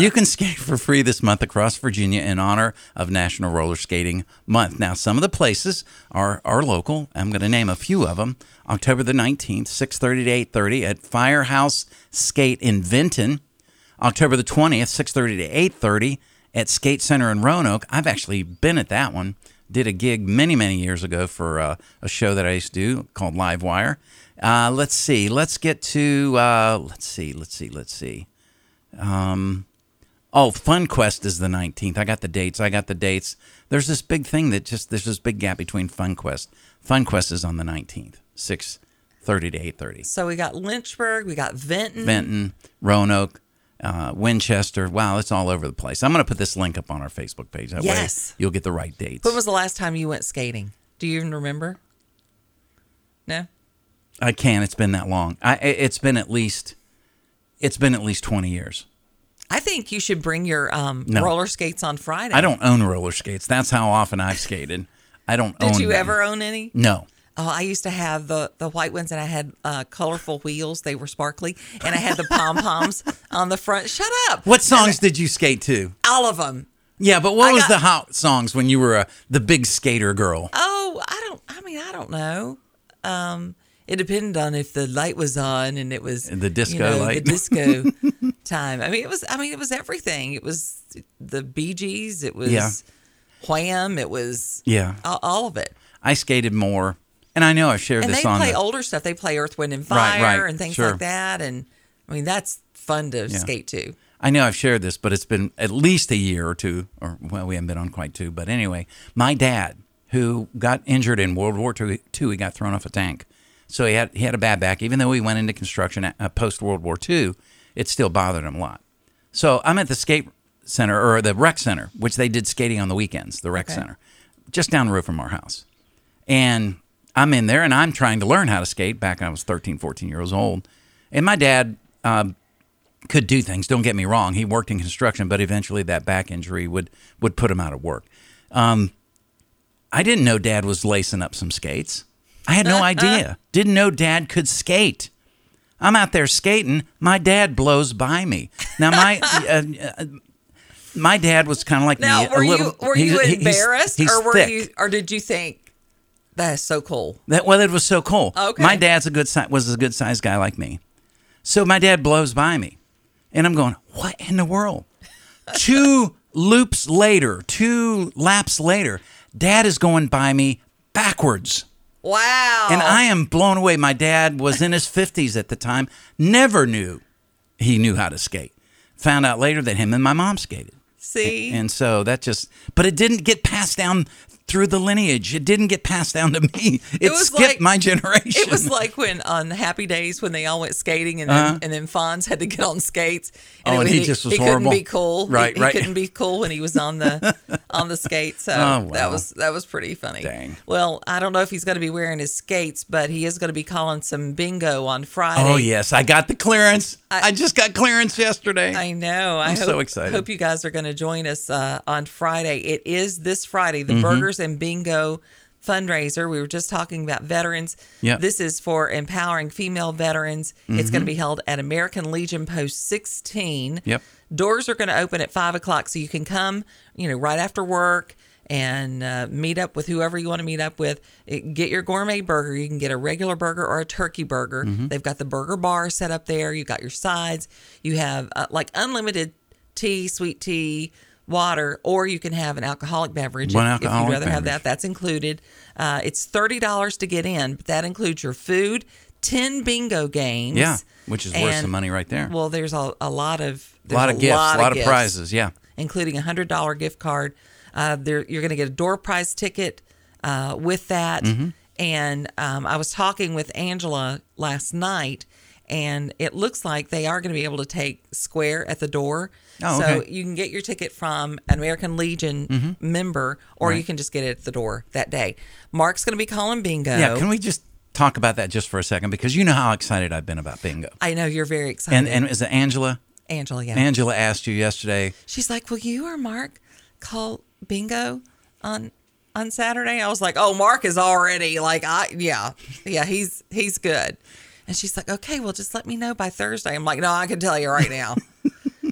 Speaker 4: you can skate for free this month across Virginia in honor of National Roller Skating Month. Now, some of the places are are local. I'm going to name a few of them. October the 19th, 6:30 to 8:30 at Firehouse Skate in Vinton. October the 20th, 6:30 to 8:30 at Skate Center in Roanoke. I've actually been at that one. Did a gig many many years ago for uh, a show that I used to do called Live Wire. Uh, let's see. Let's get to uh, let's see. Let's see. Let's see. Um, oh, Fun Quest is the 19th. I got the dates. I got the dates. There's this big thing that just there's this big gap between Fun Quest. Fun Quest is on the 19th, 6:30 to 8:30.
Speaker 5: So we got Lynchburg, we got Venton.
Speaker 4: Benton, Roanoke, uh, Winchester. Wow, it's all over the place. I'm going to put this link up on our Facebook page. That
Speaker 5: Yes.
Speaker 4: way you'll get the right dates.
Speaker 5: When was the last time you went skating? Do you even remember? No.
Speaker 4: I can. It's been that long. I, it- it's been at least it's been at least 20 years.
Speaker 5: I think you should bring your um,
Speaker 4: No.
Speaker 5: roller skates on Friday.
Speaker 4: I don't own roller skates. That's how often I've skated. I don't own
Speaker 5: Did you
Speaker 4: them.
Speaker 5: ever own any?
Speaker 4: No.
Speaker 5: Oh, I used to have the the white ones, and I had uh, colorful wheels. They were sparkly, and I had the pom poms on the front. Shut up!
Speaker 4: What songs did you skate to?
Speaker 5: All of them.
Speaker 4: Yeah, but what was the hot songs when you were uh, the big skater girl?
Speaker 5: Oh, I don't. I mean, I don't know. Um, it depended on if the light was on and it was
Speaker 4: The disco
Speaker 5: you know,
Speaker 4: light.
Speaker 5: the disco time. I mean, it was. I mean, it was everything. It was the Bee Gees. It was
Speaker 4: Yeah.
Speaker 5: Wham. It was
Speaker 4: Yeah.
Speaker 5: all, all of it.
Speaker 4: I skated more, and I know I've shared
Speaker 5: and
Speaker 4: this
Speaker 5: they
Speaker 4: on.
Speaker 5: play
Speaker 4: the-
Speaker 5: older stuff. They play Earth, Wind, and
Speaker 4: Right,
Speaker 5: Fire
Speaker 4: right,
Speaker 5: and things
Speaker 4: sure.
Speaker 5: like that. And I mean, that's fun to
Speaker 4: Yeah.
Speaker 5: skate to.
Speaker 4: I know I've shared this, but it's been at least a year or two, or well, we haven't been on quite two, but anyway, my dad, who got injured in World War II, he got thrown off a tank. So he had, he had a bad back. Even though he went into construction uh, post World War II, it still bothered him a lot. So I'm at the skate center or the rec center, which they did skating on the weekends, the rec
Speaker 16: Okay.
Speaker 4: center, just down the road from our house. And I'm in there and I'm trying to learn how to skate back when I was 13, 14 years old. And my dad um, could do things. Don't get me wrong. He worked in construction, but eventually that back injury would, would put him out of work. Um, I didn't know dad was lacing up some skates. I had no idea. Didn't know dad could skate. I'm out there skating. My dad blows by me. Now my uh, uh, my dad was kind of like
Speaker 5: Now,
Speaker 4: me.
Speaker 5: were
Speaker 4: a little,
Speaker 5: you were
Speaker 4: he-
Speaker 5: you
Speaker 4: he- he's-
Speaker 5: embarrassed,
Speaker 4: he's
Speaker 5: or were
Speaker 4: thick.
Speaker 5: you, or did you think that is so cool?
Speaker 4: That well, it was so cool.
Speaker 5: Okay.
Speaker 4: My dad's a good si- was a good sized guy like me, so my dad blows by me, and I'm going, what in the world? two loops later, two laps later, dad is going by me backwards.
Speaker 5: Wow.
Speaker 4: And I am blown away. My dad was in his 50s at the time, never knew he knew how to skate. Found out later that him and my mom skated.
Speaker 5: See?
Speaker 4: And so that just, but it didn't get passed down through the lineage. It didn't get passed down to me. It, skipped my generation.
Speaker 5: It was like when on Happy Days when they all went skating and then,
Speaker 4: Uh-huh.
Speaker 5: and then Fonz had to get on skates.
Speaker 4: Oh,
Speaker 5: it
Speaker 4: and he just was
Speaker 5: he
Speaker 4: horrible.
Speaker 5: couldn't be cool. He-
Speaker 4: Right,
Speaker 5: he,
Speaker 4: right.
Speaker 5: couldn't be cool when he was on the on the skates. So
Speaker 4: Oh, wow.
Speaker 5: that was that was pretty funny. Dang. Well, I don't know if he's going to be wearing his skates, but he is going to be calling some bingo on Friday.
Speaker 4: oh, yes. I got the clearance. I, just got clearance yesterday.
Speaker 5: I know. I
Speaker 4: I'm
Speaker 5: hope,
Speaker 4: so excited.
Speaker 5: Hope you guys are going to join us uh, on Friday. It is this Friday, the
Speaker 4: Mhm.
Speaker 5: Burgers and Bingo fundraiser. We were just talking about veterans.
Speaker 4: Yeah.
Speaker 5: This is for empowering female veterans. It's
Speaker 4: Mhm.
Speaker 5: going to be held at American Legion Post 16.
Speaker 4: Yep.
Speaker 5: Doors are going to open at five o'clock, so you can come, you know, right after work and uh, meet up with whoever you want to meet up with. It- get your gourmet burger. You can get a regular burger or a turkey burger.
Speaker 4: Mhm.
Speaker 5: They've got the burger bar set up there. You got your sides. You have uh, like unlimited tea, sweet tea, water, or you can have an alcoholic beverage
Speaker 4: One
Speaker 5: if- if
Speaker 4: alcoholic
Speaker 5: you'd rather have
Speaker 4: beverage.
Speaker 5: that. That's included. Uh, it's thirty dollars to get in, but that includes your food, ten bingo games.
Speaker 4: Yeah, which is worth
Speaker 5: and-
Speaker 4: some money right there.
Speaker 5: Well, there's a, a lot of
Speaker 4: A lot
Speaker 5: there's
Speaker 4: of gifts, a lot of prizes, yeah.
Speaker 5: including a hundred dollar gift card. Uh, there, you're going to get a door prize ticket uh, with that.
Speaker 4: Mhm.
Speaker 5: And um, I was talking with Angela last night, and it looks like they are going to be able to take Square at the door.
Speaker 4: Oh,
Speaker 5: so
Speaker 4: okay.
Speaker 5: you can get your ticket from an American Legion
Speaker 4: Mhm.
Speaker 5: member, or you
Speaker 4: Right.
Speaker 5: can just get it at the door that day. Mark's going to be calling bingo.
Speaker 4: Yeah, can we just talk about that just for a second? Because you know how excited I've been about bingo.
Speaker 5: I know you're very excited.
Speaker 4: And and is it Angela?
Speaker 5: Angela, yeah.
Speaker 4: Angela asked you yesterday.
Speaker 5: She's like, "Will you or Mark call bingo on on Saturday?" I was like, "Oh, Mark is already like, I yeah, yeah, he's he's good." And she's like, "Okay, well, just let me know by Thursday." I'm like, "No, I can tell you right now."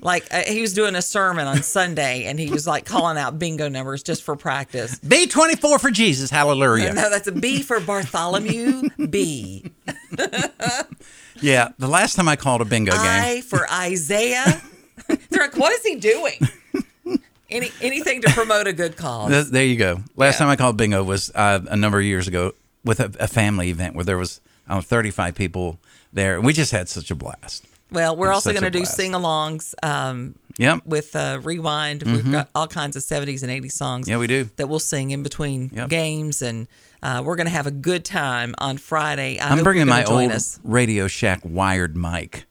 Speaker 5: like uh, he was doing a sermon on Sunday, and he was like calling out bingo numbers just for practice.
Speaker 4: B twenty four for Jesus, hallelujah.
Speaker 5: No, that's a B for Bartholomew. B.
Speaker 4: yeah, the last time I called a bingo game,
Speaker 5: I for Isaiah. They're like, "What is he doing?" Any anything to promote a good cause.
Speaker 4: Th- there you go. Last time I called bingo was uh, a number of years ago with a, a family event where there was um, thirty five people there, and we just had such a blast.
Speaker 5: Well, we're
Speaker 4: It's
Speaker 5: also
Speaker 4: such
Speaker 5: going to
Speaker 4: a
Speaker 5: do
Speaker 4: blast.
Speaker 5: sing-alongs. Um,
Speaker 4: Yep.
Speaker 5: With uh, rewind, we've
Speaker 4: Mhm.
Speaker 5: got all kinds of '70s and '80s songs.
Speaker 4: Yeah, we do.
Speaker 5: That we'll sing in between
Speaker 4: Yep.
Speaker 5: games, and uh, we're going to have a good time on Friday. I
Speaker 4: I'm
Speaker 5: hope
Speaker 4: bringing
Speaker 5: you're
Speaker 4: my
Speaker 5: gonna join
Speaker 4: old
Speaker 5: us.
Speaker 4: Radio Shack wired mic.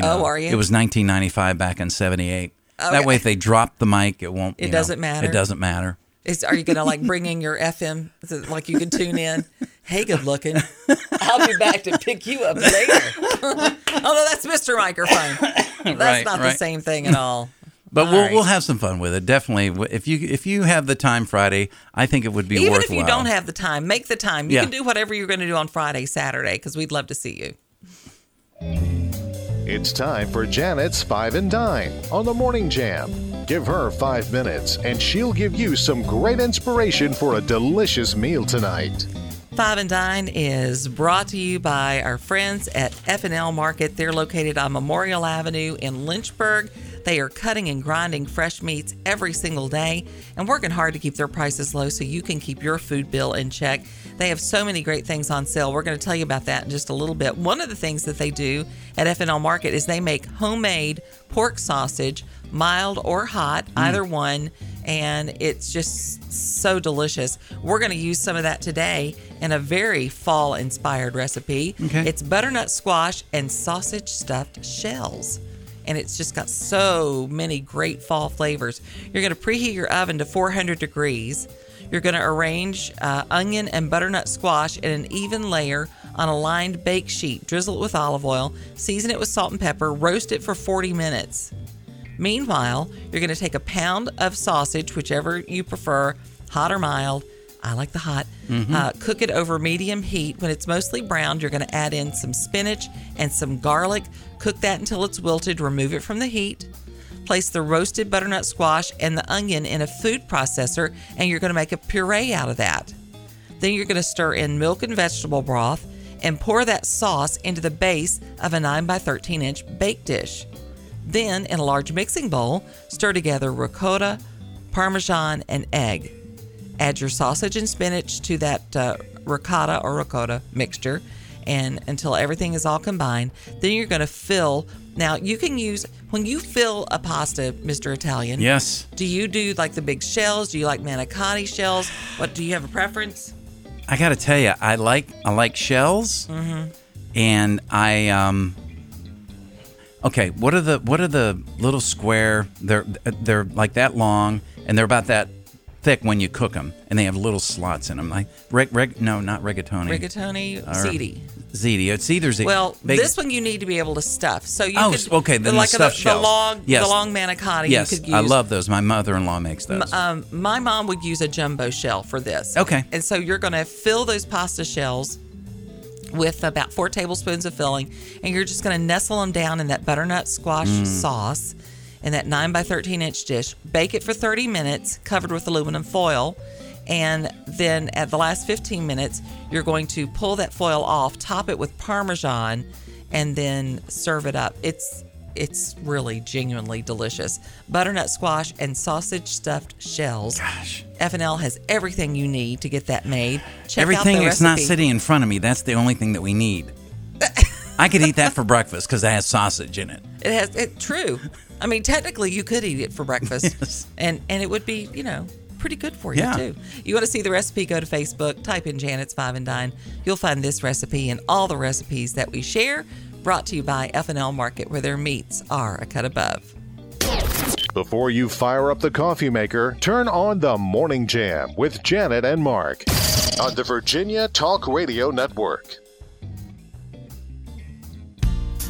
Speaker 5: Oh, are you?
Speaker 4: It was 1995 back in '78.
Speaker 5: Okay.
Speaker 4: That way, if they drop the mic, it won't.
Speaker 5: It
Speaker 4: you know,
Speaker 5: doesn't matter.
Speaker 4: It doesn't matter.
Speaker 5: Is, are you going to like bring in your FM? Is it like you can tune in. Hey, good looking. I'll be back to pick you up later. oh no, that's Mr. Microphone. That's
Speaker 4: Right,
Speaker 5: not the
Speaker 4: right.
Speaker 5: same thing at all.
Speaker 4: But
Speaker 5: All
Speaker 4: we'll
Speaker 5: right.
Speaker 4: we'll have some fun with it. Definitely, W- if you if you have the time Friday, I think it would be
Speaker 5: Even
Speaker 4: worthwhile.
Speaker 5: if you don't have the time, make the time. You
Speaker 4: Yeah.
Speaker 5: can do whatever you're going to do on Friday, Saturday, because we'd love to see you.
Speaker 15: It's time for Janet's Five and Dine on the Morning Jam. Give her five minutes, and she'll give you some great inspiration for a delicious meal tonight.
Speaker 5: Five and Dine is brought to you by our friends at F&L Market. They're located on Memorial Avenue in Lynchburg. They are cutting and grinding fresh meats every single day and working hard to keep their prices low so you can keep your food bill in check. They have so many great things on sale. We're going to tell you about that in just a little bit. One of the things that they do at FNL Market is they make homemade pork sausage, mild or hot, either one, and it's just so delicious. We're going to use some of that today in a very fall inspired recipe.
Speaker 4: Okay.
Speaker 5: It's butternut squash and sausage stuffed shells. And it's just got so many great fall flavors. You're going to preheat your oven to 400 degrees. You're going to arrange uh, onion and butternut squash in an even layer on a lined bake sheet. Drizzle it with olive oil, season it with salt and pepper, roast it for 40 minutes. Meanwhile, you're going to take a pound of sausage, whichever you prefer, hot or mild. I like the hot.
Speaker 4: Mhm.
Speaker 5: Uh, cook it over medium heat. When it's mostly browned, you're going to add in some spinach and some garlic. Cook that until it's wilted. Remove it from the heat. Place the roasted butternut squash and the onion in a food processor, and you're going to make a puree out of that. Then you're going to stir in milk and vegetable broth and pour that sauce into the base of a 9 by 13 inch bake dish. Then, in a large mixing bowl, stir together ricotta, parmesan, and egg. Add your sausage and spinach to that uh, ricotta or ricotta mixture, and until everything is all combined, then you're going to fill. Now, you can use when you fill a pasta, Mr. Italian.
Speaker 4: Yes.
Speaker 5: Do you do like the big shells? Do you like manicotti shells? What do you have a preference?
Speaker 4: I gotta tell you, I like I like shells,
Speaker 5: Mhm.
Speaker 4: and I um. Okay, what are the what are the little square? They're they're like that long, and they're about that thick when you cook them, and they have little slots in them. Like reg, reg no, not rigatoni.
Speaker 5: Rigatoni,
Speaker 4: Or-
Speaker 5: ziti.
Speaker 4: Ziti. It's either ziti.
Speaker 5: Well,
Speaker 4: They-
Speaker 5: this one you need to be able to stuff. So you
Speaker 4: Oh,
Speaker 5: could,
Speaker 4: okay. Then
Speaker 5: like
Speaker 4: the stuffed
Speaker 5: the,
Speaker 4: shells.
Speaker 5: long,
Speaker 4: yes.
Speaker 5: the long manicotti.
Speaker 4: Yes,
Speaker 5: you could use.
Speaker 4: I love those. My mother-in-law makes those.
Speaker 5: M- Um, my mom would use a jumbo shell for this.
Speaker 4: Okay.
Speaker 5: And so you're going to fill those pasta shells with about four tablespoons of filling, and you're just going to nestle them down in that butternut squash
Speaker 4: Mm.
Speaker 5: sauce in that 9 by 13 inch dish. Bake it for 30 minutes, covered with aluminum foil. And then at the last 15 minutes, you're going to pull that foil off, top it with Parmesan, and then serve it up. It's it's really genuinely delicious. Butternut squash and sausage stuffed shells. Gosh. FNL has everything you need to get that made. Check
Speaker 4: Everything
Speaker 5: out the
Speaker 4: that's not
Speaker 5: recipe.
Speaker 4: sitting in front of me, that's the only thing that we need. I could eat that for breakfast because it has sausage in it.
Speaker 5: It has it true. I mean, technically, you could eat it for breakfast, and and it would be you know pretty good for you
Speaker 4: Yeah.
Speaker 5: too. You want to see the recipe? Go to Facebook, type in Janet's Five and Dine. You'll find this recipe and all the recipes that we share. Brought to you by F&L Market, where their meats are a cut above.
Speaker 15: Before you fire up the coffee maker, turn on the Morning Jam with Janet and Mark on the Virginia Talk Radio Network.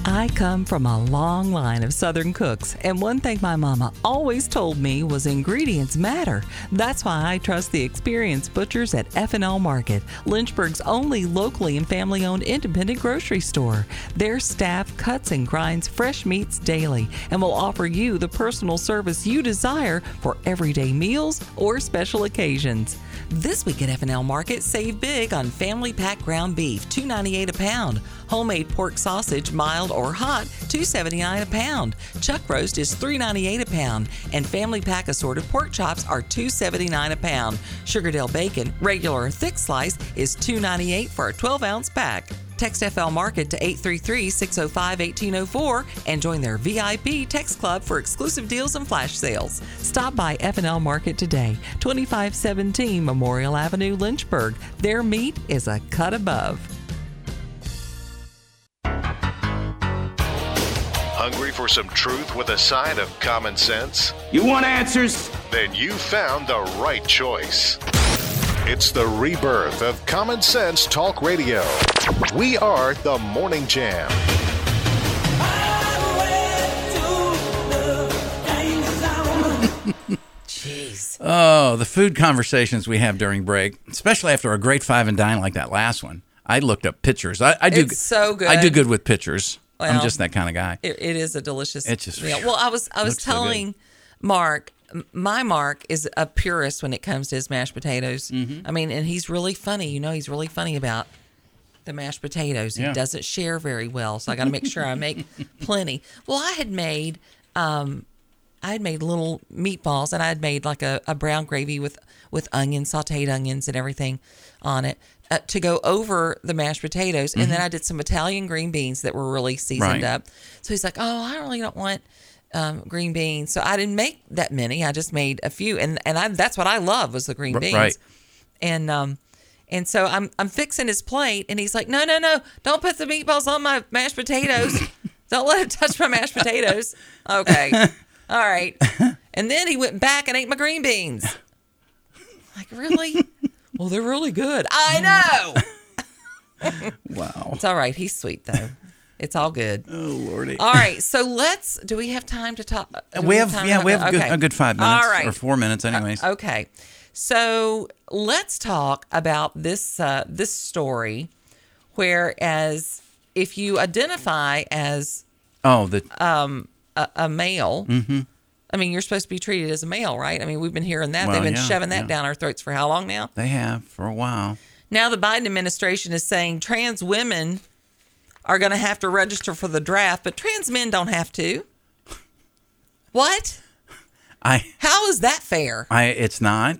Speaker 5: I come from a long line of Southern cooks, and one thing my mama always told me was ingredients matter. That's why I trust the experienced butchers at F&L Market, Lynchburg's only locally and family-owned independent grocery store. Their staff cuts and grinds fresh meats daily and will offer you the personal service you desire for everyday meals or special occasions. This week at F&L Market, save big on family pack ground beef, $2.98 a pound. Homemade pork sausage, mild or hot, $2.79 a pound. Chuck roast is $3.98 a pound, and family pack assorted pork chops are $2.79 a pound. Sugardale bacon, regular or thick slice, is $2.98 for a 12 ounce pack. Text FL Market to 833 605 1804 and join their VIP text club for exclusive deals and flash sales. Stop by FL Market today, 2517 Memorial Avenue, Lynchburg. Their meat is a cut above.
Speaker 15: Hungry for some truth with a side of common sense?
Speaker 16: You want answers?
Speaker 15: Then you found the right choice. It's the rebirth of Common Sense Talk Radio. We are the Morning Jam.
Speaker 5: Jeez.
Speaker 4: Oh, the food conversations we have during break, especially after a great five and dine like that last one. I looked up pictures. I, I do
Speaker 5: It's so good.
Speaker 4: I do good with pictures. I'm
Speaker 5: Well,
Speaker 4: just that kind of guy.
Speaker 5: It, it is a delicious.
Speaker 4: It just-
Speaker 5: meal. Well, I was I was
Speaker 4: Looks so good.
Speaker 5: telling Mark, m- my Mark is a purist when it comes to his mashed potatoes.
Speaker 4: Mm-hmm.
Speaker 5: I mean, and he's really funny. You know, he's really funny about the mashed potatoes.
Speaker 4: Yeah.
Speaker 5: He doesn't share very well, so I got to make sure I make plenty. Well, I had made um, I had made little meatballs and I had made like a, a brown gravy with, with onions, sauteed onions and everything on it uh, to go over the mashed potatoes. And then
Speaker 16: Mhm.
Speaker 5: I did some Italian green beans that were really seasoned
Speaker 16: Right.
Speaker 5: up. So he's like, oh, I really don't want um, green beans. So I didn't make that many. I just made a few. And, and I, that's what I love was the green
Speaker 16: R-
Speaker 5: beans.
Speaker 16: right.
Speaker 5: And, um, and so I'm, I'm fixing his plate and he's like, no, no, no, don't put the meatballs on my mashed potatoes. don't let it touch my mashed potatoes. Okay. All right. And then he went back and ate my green beans. Like, really? well, they're really good.
Speaker 4: Mm.
Speaker 5: I know.
Speaker 4: wow.
Speaker 5: It's all right. He's sweet, though. It's all good. Oh,
Speaker 4: Lordy.
Speaker 5: All right. So let's, do we have time to talk? do
Speaker 4: we have,
Speaker 5: time
Speaker 4: yeah,
Speaker 5: to
Speaker 4: we
Speaker 5: talk-
Speaker 4: have a good,
Speaker 5: okay.
Speaker 4: a good five
Speaker 5: All
Speaker 4: minutes
Speaker 5: right. Uh,
Speaker 4: or four minutes, anyways.
Speaker 5: Okay. So let's talk about this uh, this story, whereas if you identify as
Speaker 4: oh, the
Speaker 5: um, a, a male,
Speaker 4: Mhm.
Speaker 5: I mean, you're supposed to be treated as a male, right? I mean, we've been hearing that.
Speaker 4: Well,
Speaker 5: They've been
Speaker 4: yeah,
Speaker 5: shoving that
Speaker 4: yeah.
Speaker 5: down our throats for how long now?
Speaker 4: they have for a while.
Speaker 5: Now the Biden administration is saying trans women are going to have to register for the draft, but trans men don't have to. What?
Speaker 4: I
Speaker 5: How is that fair?
Speaker 4: I it's not.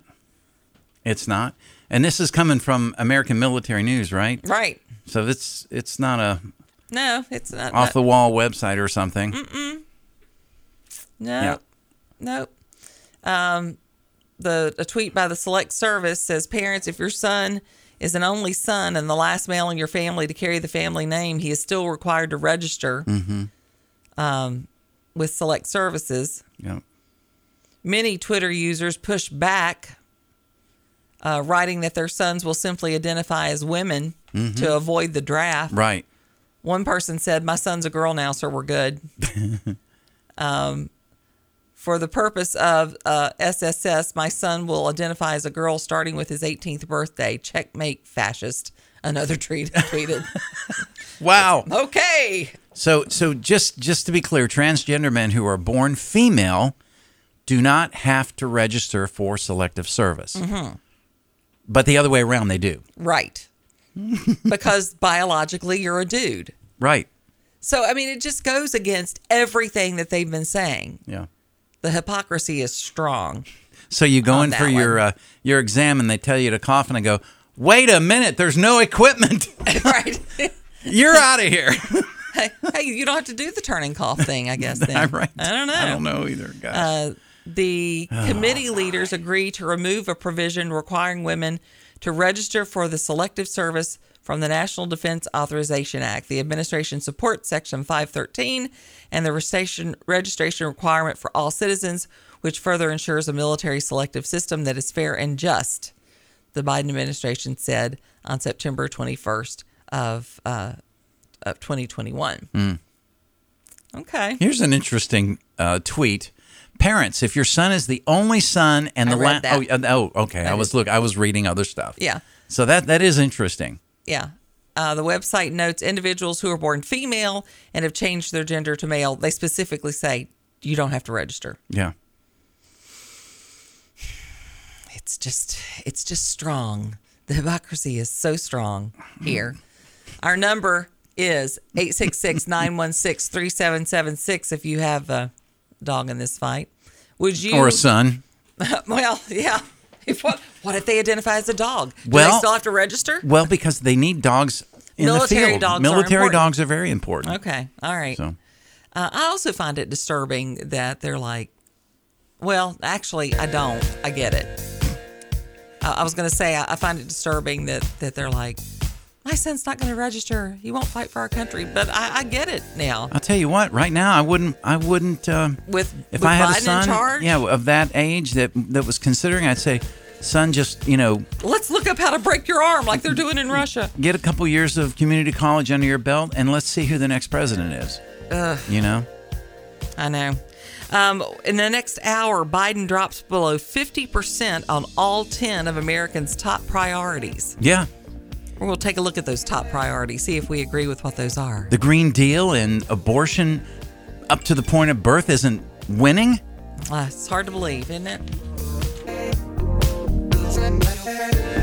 Speaker 4: It's not. And this is coming from American Military News, right?
Speaker 5: Right.
Speaker 4: So it's it's not a
Speaker 5: No, it's not.
Speaker 4: off the wall website or something.
Speaker 5: Uh, Mm-mm. No.
Speaker 4: Yeah.
Speaker 5: Nope. Um, the a tweet by the Select Service says, "Parents, if your son is an only son and the last male in your family to carry the family name, he is still required to register
Speaker 4: Mhm.
Speaker 5: um, with Select Services."
Speaker 4: Yep.
Speaker 5: Many Twitter users push back, uh, writing that their sons will simply identify as women
Speaker 4: Mhm.
Speaker 5: to avoid the draft.
Speaker 4: Right.
Speaker 5: One person said, "My son's a girl now, so we're good." um, for the purpose of uh, SSS, my son will identify as a girl starting with his 18th birthday. Checkmate, fascist. Another tweet tweeted.
Speaker 4: Wow.
Speaker 5: okay.
Speaker 4: So so just just to be clear, transgender men who are born female do not have to register for selective service.
Speaker 5: Mhm.
Speaker 4: But the other way around they do.
Speaker 5: Right. because biologically, you're a dude.
Speaker 4: Right.
Speaker 5: So I mean, it just goes against everything that they've been saying.
Speaker 4: Yeah.
Speaker 5: The hypocrisy is strong.
Speaker 4: So you go
Speaker 5: On
Speaker 4: in
Speaker 5: that
Speaker 4: for your uh, your exam and they tell you to cough and I go, "Wait a minute, there's no equipment."
Speaker 5: right.
Speaker 4: You're out of here.
Speaker 5: hey, hey, you don't have to do the turning cough thing, I guess. Then
Speaker 4: Right.
Speaker 5: I don't know.
Speaker 4: I don't know either, gosh.
Speaker 5: Uh, the committee leaders agree to remove a provision requiring women to register for the Selective Service from the National Defense Authorization Act. The administration supports Section 513 and the registration, registration requirement for all citizens, which further ensures a military selective system that is fair and just. The Biden administration said on September 21st of uh, of 2021.
Speaker 4: Mm.
Speaker 5: Okay.
Speaker 4: Here's an interesting uh, tweet. Parents, if your son is the only son and
Speaker 5: I
Speaker 4: the
Speaker 5: read
Speaker 4: last
Speaker 5: that.
Speaker 4: oh, oh okay,
Speaker 5: That
Speaker 4: I was look I was reading other stuff.
Speaker 5: Yeah.
Speaker 4: So that that is interesting.
Speaker 5: Yeah. Uh, the website notes individuals who are born female and have changed their gender to male. They specifically say you don't have to register.
Speaker 4: Yeah.
Speaker 5: It's just, it's just strong. The hypocrisy is so strong here. Our number is 866 916 3776 if you have a dog in this fight. Would you?
Speaker 4: Or a son.
Speaker 5: well, yeah. If what, what if they identify as a dog? Do they
Speaker 4: Well-
Speaker 5: still have to register?
Speaker 4: Well, because they need dogs in
Speaker 5: Military
Speaker 4: the field.
Speaker 5: dogs are
Speaker 4: Military
Speaker 5: important.
Speaker 4: dogs are very important.
Speaker 5: Okay. All right.
Speaker 4: So.
Speaker 5: Uh, I also find it disturbing that they're like, well, actually, I don't. I get it. Uh, I was going to say, I, I find it disturbing that, that they're like, my son's not going to register. He won't fight for our country. But I, I get it now.
Speaker 4: I'll tell you what. Right now, I wouldn't. I wouldn't. Um,
Speaker 5: With-
Speaker 4: if
Speaker 5: with
Speaker 4: I had
Speaker 5: Biden
Speaker 4: a
Speaker 5: in
Speaker 4: son,
Speaker 5: charge?
Speaker 4: yeah, of that age that that was considering, I'd say, son, just you know,
Speaker 5: Let's look up how to break your arm like they're doing in Russia.
Speaker 4: get a couple years of community college under your belt, and let's see who the next president is.
Speaker 5: Ugh.
Speaker 4: You know,
Speaker 5: I know. Um, in the next hour, Biden drops below 50% on all 10 of Americans' top priorities.
Speaker 4: yeah,
Speaker 5: We'll take a look at those top priorities, see if we agree with what those are.
Speaker 4: the Green Deal and abortion up to the point of birth isn't winning.
Speaker 5: Ah, it's hard to believe, isn't it?
Speaker 16: Bye.